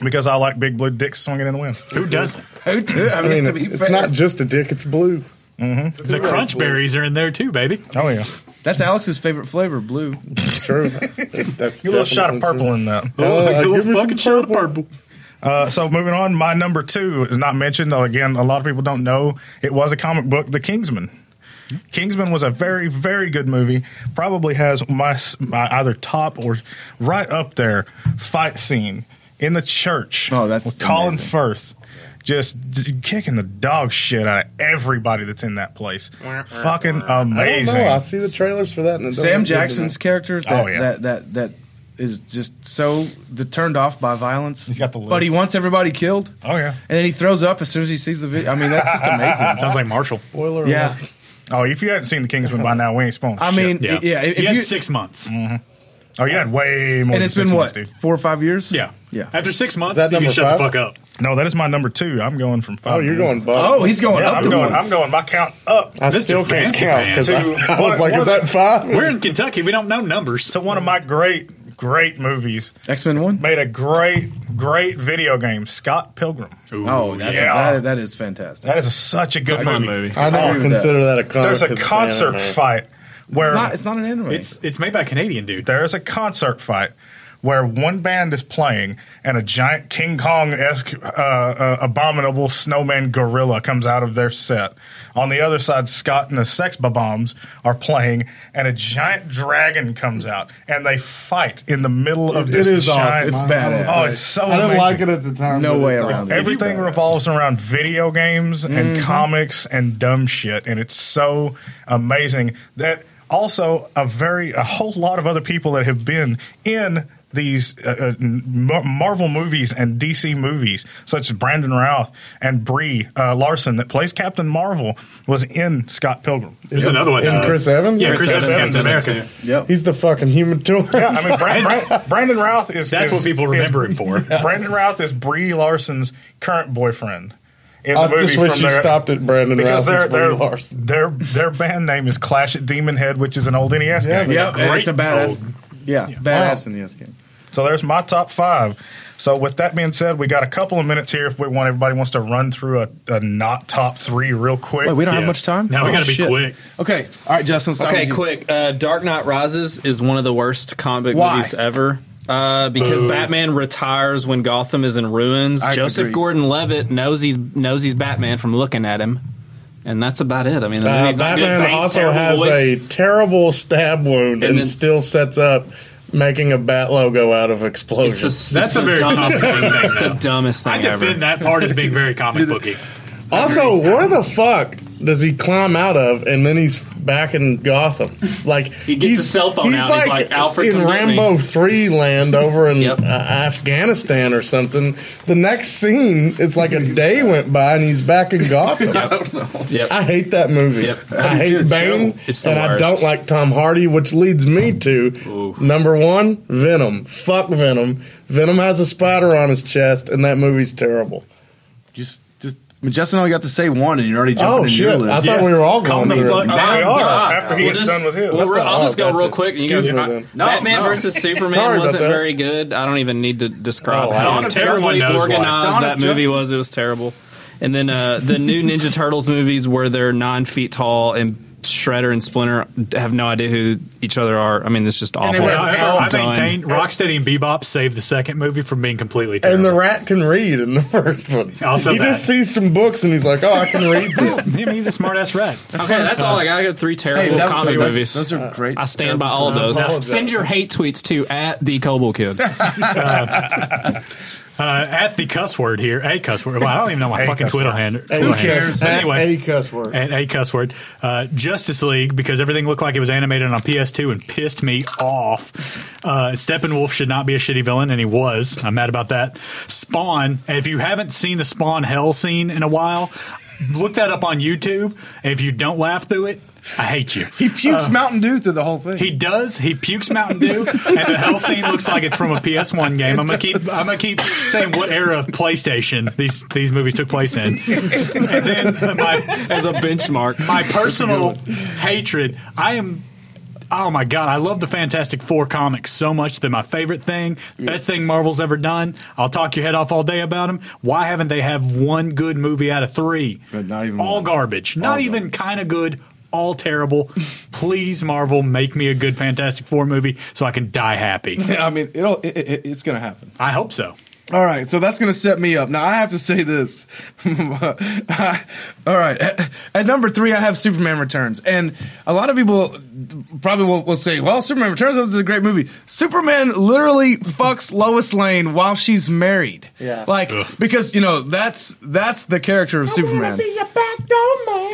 S4: because I like big blue dicks swinging in the wind.
S1: Who doesn't?
S2: I mean,
S3: I mean,
S2: to be
S3: it's
S2: fair,
S3: not just a dick. It's blue.
S1: The crunch berries are in there too, baby.
S4: Oh yeah,
S2: that's Alex's favorite flavor, blue.
S3: True. That's
S4: a little shot of purple in that.
S1: Oh,
S3: uh,
S1: a
S3: give
S1: little
S3: me some
S1: fucking shot of purple.
S4: Uh, so moving on, my number two is not mentioned. Though, Again, a lot of people don't know it was a comic book, The Kingsman. Kingsman was a very, very good movie. Probably has my, s- my either top or right up there fight scene in the church.
S2: Oh, that's
S4: with Colin
S2: amazing.
S4: Firth. Just d- kicking the dog shit out of everybody that's in that place. Fucking
S3: I don't
S4: amazing.
S3: know. I see the trailers for that. And it doesn't
S2: Sam
S3: look good to me.
S2: Jackson's character that,
S4: Oh, yeah.
S2: that that that is just so de- turned off by violence.
S4: He's got the lisp.
S2: but he wants everybody killed, and
S4: Oh yeah.
S2: then he throws up as soon as he sees the video. I mean, that's just amazing.
S1: Sounds like Marshall.
S3: Spoiler
S2: yeah,
S3: alert.
S4: Oh, if you hadn't seen The Kingsman by now, we ain't spoiling.
S2: I
S4: shit.
S2: mean, yeah.
S1: Yeah,
S2: if
S1: you
S2: you, Mm.
S1: had six months.
S4: oh, you had way
S2: and
S4: more. than
S2: it's
S4: six
S2: been
S4: months,
S2: what
S4: dude.
S2: four or five years.
S1: Yeah,
S2: yeah.
S1: After six months,
S3: that
S1: you can
S3: number
S1: shut the
S3: five?
S1: fuck up.
S4: No, that is my number two. I'm going from five.
S3: Oh, you're
S4: to one.
S3: going. Bob.
S2: Oh, he's going
S4: Yeah,
S2: up
S4: I'm
S2: to
S4: going.
S2: one.
S4: I'm going. My count up
S3: I still
S1: Mr.
S3: can't
S1: Fancy
S3: count because I,
S1: Pants.
S3: I was like, is that five?
S1: We're in Kentucky. We don't know numbers.
S4: to one of my great, great movies.
S2: X Men One.
S4: Made a great, great video game, Scott Pilgrim.
S2: Oh, that's
S4: yeah.
S2: that, that is fantastic.
S4: That is such a good
S5: fun
S4: movie.
S5: movie.
S3: I never
S2: agree with
S3: consider that. a comic.
S4: There's a
S3: 'cause it's
S4: concert
S3: anime.
S4: fight where
S2: It's not, it's not an anime.
S1: It's it's made by a Canadian dude.
S4: there's a concert fight where one band is playing and a giant King Kong esque uh, uh, abominable snowman gorilla comes out of their set. On the other side, Scott and the Sex Bombs are playing and a giant dragon comes out and they fight in the middle of
S3: It
S4: this
S3: is awesome.
S4: giant.
S2: It's badass.
S4: Oh, it's so
S3: I didn't
S4: amazing.
S3: like it at the time.
S2: No
S3: but
S2: way
S3: it's
S2: around
S3: awesome.
S2: it.
S4: Everything
S2: badass.
S4: revolves around video games and comics and dumb shit, and it's so amazing that also a very a whole lot of other people that have been in these uh, uh, Mar- Marvel movies and DC movies, such as Brandon Routh and Brie uh, Larson, that plays Captain Marvel, was in Scott Pilgrim.
S1: There's another one.
S3: And
S1: uh,
S3: Chris Evans?
S1: Yeah,
S3: Chris
S1: Chris, Evans,
S4: Evans
S1: Captain
S4: is
S1: America.
S2: Yep.
S3: He's the fucking human torch.
S4: Yeah, I mean, Brand, Brand, Brandon Routh is
S1: That's
S4: is-
S1: what people
S4: is-
S1: remember him for.
S4: Brandon Routh is Brie Larson's current boyfriend. In the
S3: I
S4: movie
S3: just wish
S4: from
S3: you
S4: their-
S3: stopped at Brandon Routh
S4: because their
S3: and Brie
S4: their,
S3: Larson.
S4: their their band name is Clash at Demon Head, which is an old NES game.
S2: Yep, and
S1: Great
S2: it's a badass.
S1: role.
S4: Oh.
S2: Yeah, badass in the S game.
S4: So there's my top five. So with that being said, we got a couple of minutes here if we want everybody wants to run through a, a not top three real quick.
S2: Wait, we don't
S1: Yeah.
S2: have much time. Oh,
S1: Now we gotta be
S2: shit.
S1: quick.
S2: Okay, all right, Justin. Stop
S5: Okay, quick. Uh, Dark Knight Rises is one of the worst comic book
S2: Why?
S5: movies ever. Uh, because Batman retires when Gotham is in ruins.
S2: I
S5: Joseph
S2: agree.
S5: Gordon-Levitt knows he's knows he's Batman from looking at him, and that's about it. I mean, the
S3: Uh,
S5: movie's not good.
S3: Batman
S5: Banks,
S3: also
S5: terrible
S3: has
S5: voice.
S3: a terrible stab wound and,
S5: then-
S3: still sets up making a bat logo out of
S5: It's the,
S3: explosions.
S5: it's
S1: That's
S5: the
S1: the very common
S5: dumbest thing.
S1: thing
S5: It's
S1: now.
S5: the dumbest thing
S1: I
S5: ever.
S1: defend that part as being very comic booky.
S3: Also, where the fuck does he climb out of and then he's back in Gotham? Like he
S5: gets his cell phone out, he's like, "Alfred,
S3: in
S5: come get me."
S3: Rambo Three Land over in
S5: Yep.
S3: uh, Afghanistan or something. The next scene, it's like a day went by and he's back in Gotham.
S5: Yep.
S3: I hate that movie.
S5: Yep.
S3: I hate
S2: It's
S3: Bane,
S2: terrible.
S5: It's the
S3: and I
S5: worst.
S3: don't like Tom Hardy, which leads me to number one, Venom. Fuck Venom. Venom has a spider on his chest, and that movie's terrible.
S2: Just, just. I mean, Justin only got to say one, and you're already jumping
S3: Oh
S2: in
S3: shit!
S2: your
S3: I
S2: list.
S3: thought we were all going
S1: the
S3: there.
S1: fuck
S4: Now we are
S5: God.
S4: after he
S5: We'll
S4: gets
S5: just-
S4: done with his.
S5: we'll-
S3: That's
S5: I'll
S3: the-
S5: just go
S3: oh,
S5: real
S3: gotcha.
S5: quick. and You
S3: Excuse
S5: guys,
S3: me, then.
S2: No,
S5: Batman
S2: no.
S5: versus
S3: Sorry
S5: Superman
S3: about
S5: wasn't
S3: that.
S5: very good. I don't even need to describe
S3: Oh, I
S5: how
S3: don't-
S5: terribly
S1: everyone knows why.
S5: organized
S2: Dawn
S5: that
S2: of
S5: movie
S2: Justice.
S5: was. It was terrible. And then uh, the new Ninja Turtles movies, where they're nine feet tall and Shredder and Splinter have no idea who each other are. I mean, it's just awful.
S2: they were-
S1: Well,
S2: Well
S1: I
S5: done.
S1: maintain Rocksteady and Bebop saved the second movie from being completely terrible.
S3: And the rat can read in the first one.
S1: Also
S3: he
S1: that.
S3: just sees some books and he's like, "Oh, I can read this."
S1: Yeah, I mean, he's a smart ass rat.
S5: okay, that's all I got. I got three terrible
S2: that- Uh,
S5: comedy
S2: those-
S5: movies.
S2: Those are great.
S5: I stand by all of those.
S3: All of
S5: Send
S3: those.
S5: your hate tweets to at the Coble Kid.
S1: Uh, at the cuss word here, a cuss word. Well, I don't even know my
S4: A
S1: fucking
S4: cuss
S1: Twitter
S4: word.
S1: handle.
S3: Who cares?
S1: Anyway,
S3: A cuss word.
S1: and a cuss word. Uh, Justice League because everything looked like it was animated on PS2 and pissed me off. Uh, Steppenwolf should not be a shitty villain, and he was. I'm mad about that. Spawn. If you haven't seen the Spawn Hell scene in a while, look that up on YouTube. If you don't laugh through it, I hate you.
S2: He pukes Mountain Dew through the whole thing.
S1: He does. He pukes Mountain Dew, and the hell scene looks like it's from a PS1 game. I'm gonna keep. I'm gonna keep saying what era of PlayStation these these movies took place in. And then my
S5: As a benchmark.
S1: my personal hatred. I am. Oh my god! I love the Fantastic Four comics so much. They're my favorite thing, best thing Marvel's ever done. I'll talk your head off all day about them. Why haven't they have one good movie out of three?
S2: But not even
S1: all
S2: one.
S1: garbage. Not even kind of good. All terrible. Please, Marvel, make me a good Fantastic Four movie so I can die happy.
S2: I mean, it'll it, it, it's gonna happen.
S1: I hope so.
S2: All right, so that's going to set me up. Now I have to say this. All right, at, at number three, I have Superman Returns, and a lot of people probably will, will say, "Well, Superman Returns is a great movie." Superman literally fucks Lois Lane while she's married.
S3: Yeah.
S2: like
S1: Ugh.
S2: because you know that's that's the character of Superman.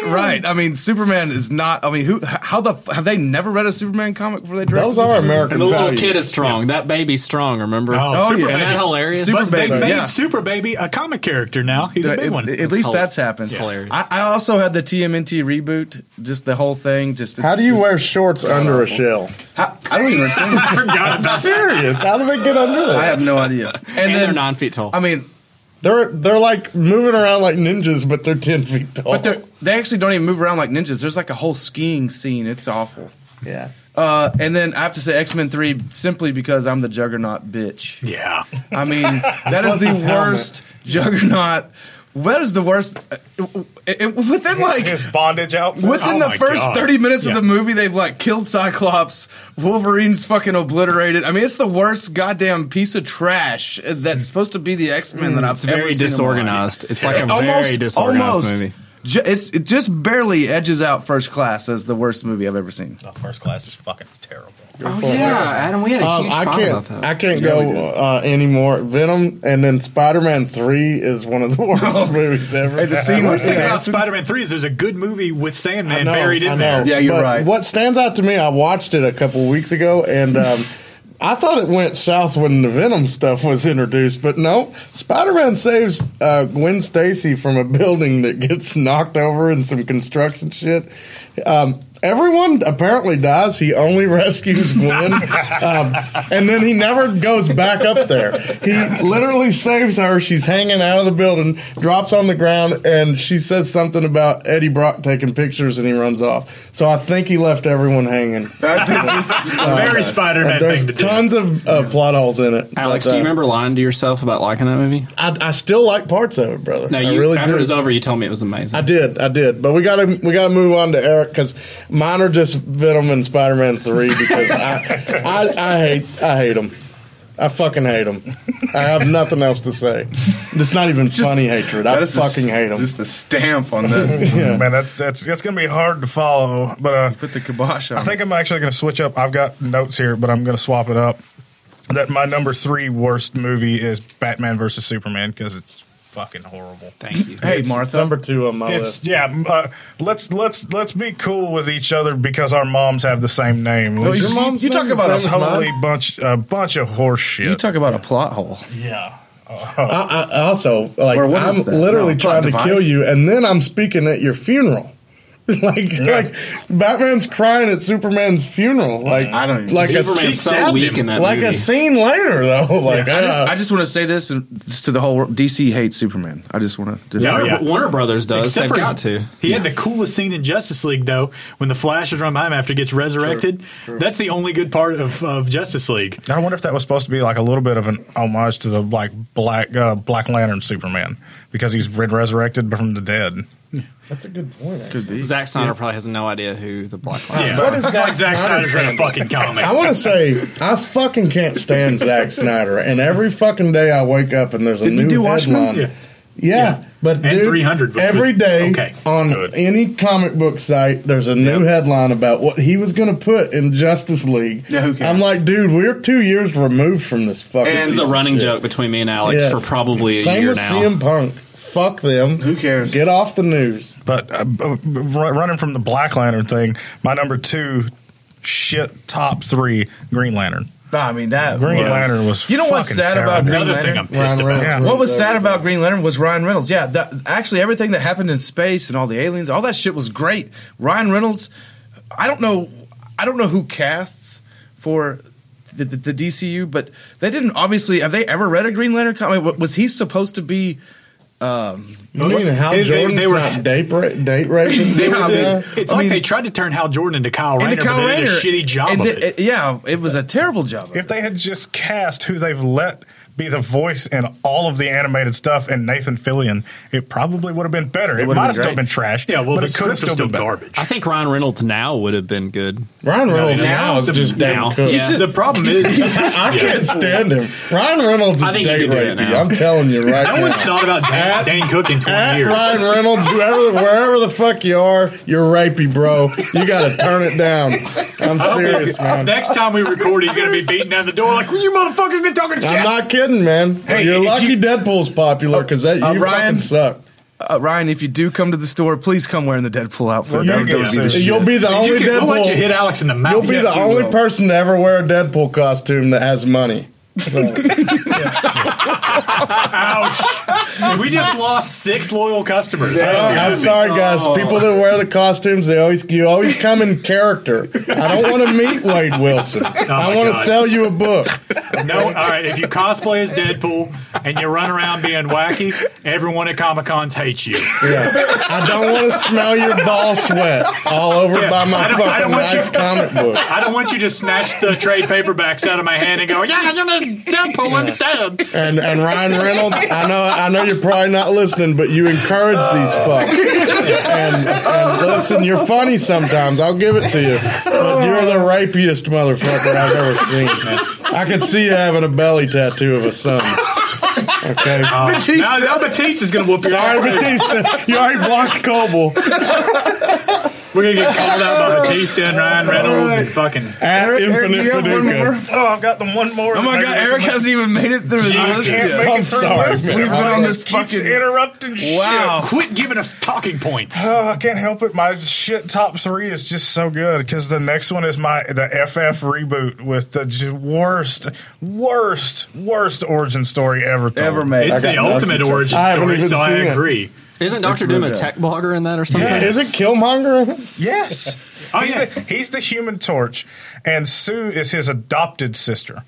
S2: Right. I mean, Superman is not. I mean, who? How the f- have they never read a Superman comic before they directed
S3: Those are
S2: this?
S3: American
S5: And the little
S3: values.
S5: kid is strong. That baby's strong, remember?
S1: Oh,
S2: Oh,
S1: Super
S2: yeah.
S5: Isn't that
S1: Baby.
S5: hilarious?
S1: But
S2: Super
S1: they
S2: Baby,
S1: made
S2: yeah.
S1: Super Baby a comic character now. He's a
S2: At-
S1: big one.
S2: At, at least
S5: hol-
S2: that's happened.
S5: it's hilarious.
S2: I, I also had the TMNT reboot, just the whole thing. Just it's
S3: How do you
S2: just-
S3: wear shorts under a shell?
S2: I, I don't even understand.
S1: I forgot about that.
S3: Serious? How do they get under
S2: I
S3: that?
S2: have no idea. And,
S5: and
S2: then
S5: they're nine feet tall.
S2: I mean,
S3: They're they're like moving around like ninjas, but they're ten feet tall.
S2: but they they actually don't even move around like ninjas. There's like a whole skiing scene. It's awful.
S3: yeah.
S2: Uh, and then I have to say X Men Three simply because I'm the Juggernaut bitch.
S1: Yeah.
S2: I mean, that is
S3: What's his
S2: the
S3: helmet?
S2: worst Juggernaut. That is the worst. uh, it- it- within like
S4: his bondage outfit.
S2: Within
S1: Oh
S2: the
S1: my
S2: first
S1: God.
S2: 30 minutes
S1: Yeah.
S2: of the movie, they've like killed Cyclops. Wolverine's fucking obliterated. I mean, it's the worst goddamn piece of trash that's supposed to be the X Men that I've
S5: Hmm. it's
S2: ever
S5: very
S2: seen in my
S5: disorganized. It's like a
S2: life. Almost-
S5: very disorganized
S2: almost.
S5: movie.
S2: Ju- it's, it just barely edges out First Class as the worst movie I've ever seen.
S4: Oh, first class is fucking terrible.
S5: Oh yeah, Adam, we had a
S3: Um,
S5: huge
S3: I
S5: fight about
S3: can't.
S5: that.
S3: I can't go uh, anymore. Venom, and then Spider-Man Three is one of the worst movies ever.
S2: Hey, the scene where
S1: Worst thing about
S2: Dancing-
S1: Spider-Man Three is there's a good movie with
S3: I
S1: Sandman
S3: know,
S1: buried
S3: I
S1: in
S3: know.
S1: there.
S2: Yeah, you're
S3: But
S2: right.
S3: What stands out to me, I watched it a couple weeks ago, and um, I thought it went south when the Venom stuff was introduced, but no. Spider Man saves uh, Gwen Stacy from a building that gets knocked over and some construction shit. Um, everyone apparently dies. He only rescues Gwen, um, and then he never goes back up there. He literally saves her. She's hanging out of the building, drops on the ground, and she says something about Eddie Brock taking pictures, and he runs off. So I think he left everyone hanging.
S1: Very Spider-Man
S3: There's
S1: thing to do.
S3: tons of uh, plot holes in it.
S5: Alex,
S3: But,
S5: do you
S3: uh,
S5: remember lying to yourself about liking that movie?
S3: I, I still like parts of it, brother.
S5: No,
S3: I
S5: you
S3: really
S5: after
S3: do.
S5: it was over, you told me it was amazing.
S3: I did, I did, but we gotta we gotta move on to Eric because mine are just Venom and Spider Man three because I, I I hate I hate them, I fucking hate them. I have nothing else to say. It's not even
S2: just-
S3: funny hatred. I
S2: That is a s-
S3: fucking hate 'em. hate them.
S2: Just a stamp on that.
S3: yeah.
S4: Man, that's that's that's gonna be hard to follow. But uh,
S2: Put the kibosh on.
S4: I think I'm actually gonna switch up. I've got notes here, but I'm gonna swap it up. That my number three worst movie is Batman versus Superman because it's fucking horrible.
S5: Thank you.
S2: it. Hey, Martha.
S3: Number two on my
S4: It's
S3: list.
S4: yeah. m- Uh, let's let's let's be cool with each other because our moms have the same name.
S2: No,
S4: Let's
S2: you,
S4: just-
S2: you,
S3: mom's
S2: you talk
S3: name
S2: about
S3: is
S2: a
S4: that's
S3: Sam
S4: a
S2: plot.
S4: totally bunch a bunch of horse
S2: You
S4: shit.
S2: talk about a plot hole.
S4: yeah.
S3: I, I, also, like
S2: Or what is
S3: I'm
S2: that?
S3: literally
S2: No, plot
S3: trying to
S2: device.
S3: kill you, and then I'm speaking at your funeral. like like Batman's crying at Superman's funeral. Like
S2: I don't even-
S3: like a
S5: Superman's
S3: se-
S5: so
S1: stabbed
S5: weak
S1: him.
S5: in that
S3: like
S5: movie.
S3: a scene later though. Like
S2: I just,
S3: uh,
S2: I just want to say this, and this to the whole world. DC hates Superman. I just want to.
S1: Yeah,
S5: Warner,
S1: yeah.
S5: Warner Brothers does. They've got to.
S1: He had the coolest scene in Justice League, though, when the Flash is run by him after he gets resurrected. That's the only good part of, of Justice League.
S4: I wonder if that was supposed to be like a little bit of an homage to the like black uh, Black Lantern Superman because he's been resurrected from the dead.
S3: That's a good point. actually.
S2: Could be.
S5: Zack Snyder probably has no idea who the Black Lives
S1: Yeah.
S3: What is Zack
S1: like Zack
S3: Snyder's
S1: Snyder's in a fucking
S3: I
S1: comic.
S3: want to say I fucking can't stand Zack Snyder, and every fucking day I wake up and there's a
S2: Didn't he
S3: new
S2: do Watchmen?
S3: headline.
S1: Yeah.
S3: Yeah. but
S1: And
S3: dude,
S1: 300, which
S3: every
S1: was-
S3: day
S1: okay,
S3: on
S1: good.
S3: any comic book site, there's a new
S1: Yep.
S3: headline about what he was going to put in Justice League.
S2: Yeah, who cares?
S3: I'm like, dude, we're two years removed from this fucking.
S5: This is a
S3: piece of
S5: running
S3: shit.
S5: joke between me and Alex
S3: Yes.
S5: for probably a
S3: Same
S5: year
S3: with
S5: now.
S3: CM Punk. Fuck them.
S2: Who cares?
S3: Get off the news.
S4: But uh, b- b- r- running from the Black Lantern thing, my number two shit top three Green Lantern.
S2: Nah, I mean that.
S4: Green
S2: was-
S4: Lantern was
S2: You know what's
S4: fucking
S2: sad about
S4: terrible.
S2: Green
S1: Another thing
S2: Lantern?
S1: I'm pissed
S3: Ryan
S1: about.
S3: Reynolds.
S4: Yeah.
S2: What was sad about Green Lantern was Ryan Reynolds. Yeah, that, actually, everything that happened in space and all the aliens, all that shit was great. Ryan Reynolds, I don't know, I don't know who casts for the, the, the DCU, but they didn't. Obviously, have they ever read a Green Lantern comic? Wa- Was he supposed to be?
S3: You mean Hal
S1: They- they-
S3: Jordan's
S1: they were-
S3: not date, ra- date raping?
S2: They were-
S3: people?
S2: I mean,
S3: Yeah.
S1: It's
S2: I
S1: like
S2: mean-
S1: they tried to turn Hal Jordan into Kyle Rayner,
S2: into Kyle
S1: but they did a
S2: Rayner?
S1: shitty job
S2: And
S1: of
S2: the-
S1: it.
S2: yeah, it was a terrible job. Of
S4: if
S2: it.
S4: they had just cast who they've let be the voice in all of the animated stuff and Nathan Fillion, it probably would have been better. It,
S2: would've
S4: might
S2: been
S4: have still
S2: great.
S4: been trash.
S1: Yeah, well,
S4: but
S1: the
S4: it could have
S1: script is
S4: still
S1: still
S4: been better.
S1: garbage.
S5: I think Ryan Reynolds now would have been good.
S3: Ryan Reynolds Oh, now,
S5: now
S3: is
S5: the-
S3: just
S5: now.
S3: damn cool.
S5: Yeah.
S1: The problem is,
S3: I can't stand him. Ryan Reynolds
S5: I
S3: is
S5: think you
S3: date
S5: can do it
S3: rapey.
S5: now.
S3: I'm telling you right
S1: no one's
S3: now.
S1: thought about Dan,
S3: At-
S1: Dan Cook in 20
S3: At
S1: years.
S3: Ryan Reynolds, whoever, wherever the fuck you are, you're rapey, bro. You got to turn it down. I'm serious, man.
S1: Next time we record, he's going to be beating down the door like, you motherfuckers been talking shit.
S3: I'm not kidding, man.
S1: Hey,
S3: you're
S1: if
S3: lucky
S1: you-
S3: Deadpool's popular because that you
S2: uh, Ryan-
S3: fucking suck.
S2: Uh, Ryan, if you do come to the store, please come wearing the Deadpool outfit. That would- that would be the shit.
S3: You'll be the
S1: you
S3: only
S1: can, we'll let you hit
S3: Deadpool.
S1: Alex in the mouth.
S3: You'll be
S1: Yes,
S3: the
S1: you
S3: only
S1: will.
S3: person to ever wear a Deadpool costume that has money. So-
S1: Ouch. we just lost six loyal customers.
S3: Oh, I'm sorry, guys.
S1: Oh.
S3: People that wear the costumes, they always you always come in character. I don't want to meet Wade Wilson. I
S1: Oh, my
S3: want to
S1: God.
S3: sell you a book.
S1: No, all right. If you cosplay as Deadpool and you run around being wacky, everyone at Comic Cons hates you.
S3: Yeah. I don't want to smell your ball sweat all over
S1: Yeah,
S3: by my
S1: I don't- I
S3: fucking
S1: don't want you-
S3: nice comic book.
S1: I don't want you to snatch the trade paperbacks out of my hand and go, yeah, you're the Deadpool instead.
S3: And and Ryan Reynolds, I know I know you're probably not listening, but you encourage these fucks. And, and listen, you're funny sometimes. I'll give it to you, but you're the rapiest motherfucker I've ever seen. I could see you having a belly tattoo of a son. Okay.
S1: Now, now Batista's going to whoop your ass.
S3: Sorry, Batista. You already blocked Coble.
S1: We're gonna get called out by Batista and Ryan Reynolds and fucking.
S3: At
S2: Eric, Eric, do
S3: Infinite
S2: you have one more?
S3: Paducah.
S4: Oh, I've got the one more.
S2: Oh my
S4: that
S2: god,
S4: maybe I
S2: Eric
S4: can-
S2: hasn't even made it through his
S4: I
S2: list.
S4: can't
S2: yet.
S4: make
S3: I'm
S4: it through
S3: sorry,
S4: lists.
S3: man.
S2: We've been on
S4: Everybody
S2: this
S4: keeps
S2: fucking-
S4: interrupting shit.
S2: Wow.
S1: Quit giving us talking points.
S4: Oh, I can't help it. My shit top three is just so good because the next one is my the FF reboot with the j- worst, worst, worst origin story ever told.
S2: Ever made.
S1: It's the
S3: got nothing
S1: ultimate
S3: to say.
S1: origin
S3: I haven't
S1: story,
S3: even
S1: so I
S3: seen it.
S1: agree.
S5: Isn't Doctor Doom a tech blogger in that or something?
S4: Yeah.
S3: Is it Killmonger? in it?
S4: Yes.
S1: Oh,
S4: he's,
S1: yeah.
S4: the, he's the human torch, and Sue is his adopted sister.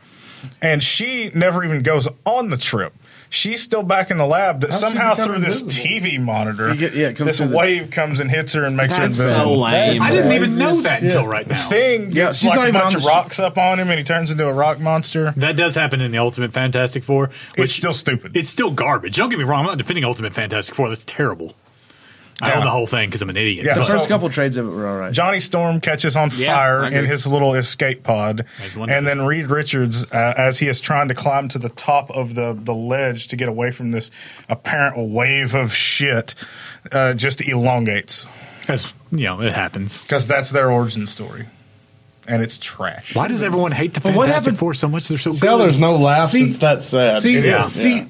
S4: And she never even goes on the trip. She's still back in the lab, but
S2: she
S4: somehow
S2: become
S4: through this
S2: invisible?
S4: TV monitor,
S2: You get- yeah, it comes
S4: this
S2: through the-
S4: wave comes and hits her and makes
S5: That's
S4: her
S5: so
S4: invisible.
S5: lame.
S1: I didn't even know that until right now.
S4: Thing
S2: Yeah,
S4: gets
S2: she's
S4: like
S2: not
S4: a
S2: even
S4: bunch
S2: on
S4: of
S2: the sh-
S4: rocks up on him, and he turns into a rock monster.
S1: That does happen in the Ultimate Fantastic Four. Which
S4: It's still stupid.
S1: it's still garbage. Don't get me wrong. I'm not defending Ultimate Fantastic Four. That's terrible. I
S4: Yeah.
S1: own the whole thing because I'm an idiot.
S4: Yeah.
S1: but-
S2: The first
S4: So-
S2: couple trades of it were all right.
S4: Johnny Storm catches on
S5: Yeah,
S4: fire
S5: I agree.
S4: in his little escape pod,
S1: That's wonderful.
S4: and then Reed Richards, uh, as he is trying to climb to the top of the, the ledge to get away from this apparent wave of shit, uh, just elongates
S1: That's you know it happens.
S4: because that's their origin story, and it's trash.
S1: Why does everyone hate the
S2: what
S1: Fantastic
S2: happened-
S1: Four so much? They're so
S3: See how
S1: good.
S3: there's no laughs.
S2: See-
S3: it's that sad.
S2: See,
S3: It
S1: yeah.
S3: is,
S2: see,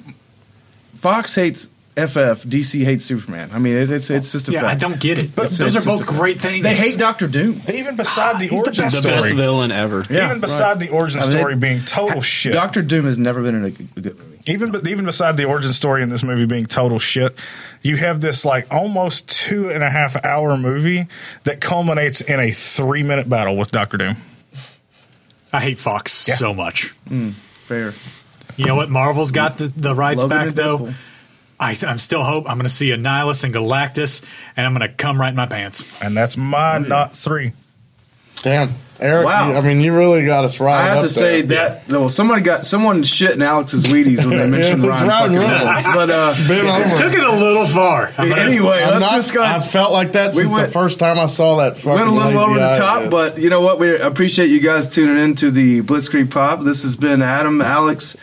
S2: Fox hates FF. DC hates Superman. I mean, it, it's it's just a
S1: yeah, I
S2: fact.
S1: don't get it.
S2: But
S1: those
S2: it's
S1: are
S2: just
S1: both
S2: a-
S1: great things.
S2: They hate Doctor Doom.
S4: Even beside the
S1: he's the
S4: origin
S1: best-
S5: the
S4: story,
S5: best villain ever?
S2: Yeah,
S4: even beside
S2: right.
S4: the origin
S2: I mean,
S4: story
S2: they-
S4: being total shit,
S2: Doctor Doom has never been in a, g- a good movie.
S4: even but even beside the origin story in this movie being total shit, you have this like almost two and a half hour movie that culminates in a three minute battle with Doctor Doom.
S1: I hate Fox
S4: Yeah.
S1: so much.
S2: Fair.
S1: You know what? Marvel's got the, the rights
S2: Logan
S1: back
S2: and
S1: though.
S2: Deadpool.
S1: I, I'm still hope I'm going to see Annihilus and Galactus, and I'm going to come right in my pants.
S4: And that's my not three.
S3: Damn, Eric.
S2: Wow.
S3: you- I mean, you really got us right.
S2: I have
S3: up
S2: to say
S3: there.
S2: that well, someone got someone shit in Alex's Wheaties when they mentioned
S3: it's
S2: Ryan
S3: Ryan
S2: fucking
S3: Reynolds.
S2: Reynolds. But uh,
S3: Been over.
S1: Took it a little far. I'm gonna-
S2: anyway,
S3: I'm
S2: let's
S3: not-
S2: just go.
S3: I felt like that
S2: We
S3: since
S2: went-
S3: the first time I saw that. Fucking
S2: Went a little
S3: lazy
S2: over the
S3: eye,
S2: top,
S3: dude.
S2: but you know what? We appreciate you guys tuning in to the Blitzkrieg Pop. This has been Adam, Alex,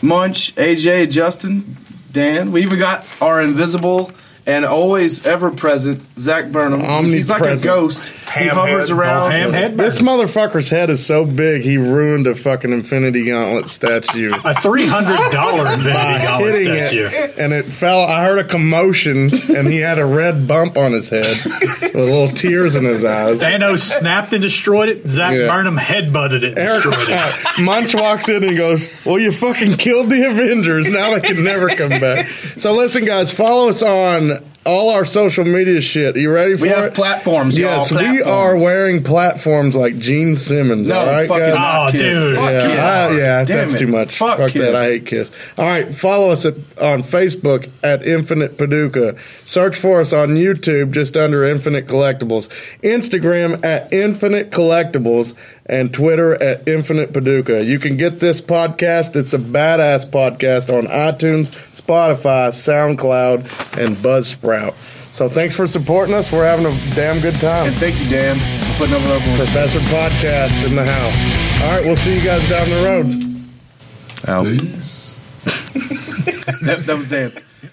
S2: Munch, AJ, Justin, Dan. We even got our invisible and always ever present Zach Burnham. He's like a
S3: Omnipresent.
S2: ghost. he
S4: Ham
S2: hovers
S4: head.
S2: around.
S1: Ham head.
S3: This motherfucker's head is so big he ruined a fucking Infinity Gauntlet statue.
S1: A three hundred dollar
S3: By
S1: Infinity Gauntlet
S3: hitting it,
S1: statue.
S3: and it fell. I heard a commotion, and he had a red bump on his head with little tears in his eyes.
S1: Thanos snapped and destroyed it. Zach
S3: Yeah.
S1: Burnham headbutted it and
S3: Eric
S1: destroyed it.
S3: uh, Munch walks in and goes, "Well, you fucking killed the Avengers. Now they can never come back." So listen, guys, follow us on all our social media shit. You ready for
S2: We have
S3: it?
S2: platforms. y'all,
S3: Yes, we are
S2: platforms.
S3: wearing platforms like Gene Simmons.
S2: No,
S3: all right,
S2: fucking
S3: guys.
S1: not.
S2: not
S1: Oh,
S2: Kiss.
S1: dude.
S2: Fuck Kiss.
S3: Yeah, I- yeah,
S2: Damn
S3: that's
S2: it.
S3: too much. Fuck, that.
S2: Kiss.
S3: I hate Kiss. All right, follow us at, on Facebook at Infinite Paducah. Search for us on YouTube just under Infinite Collectibles. Instagram at Infinite Collectibles and Twitter at Infinite Paducah. You can get this podcast. It's a badass podcast on iTunes, Spotify, SoundCloud, and Buzzsprout. So thanks for supporting us. We're having a damn good time.
S2: And thank you, Dan, for putting up with everyone.
S3: Professor Podcast in the house. All right, we'll see you guys down the road.
S2: Out. that, that was Dan.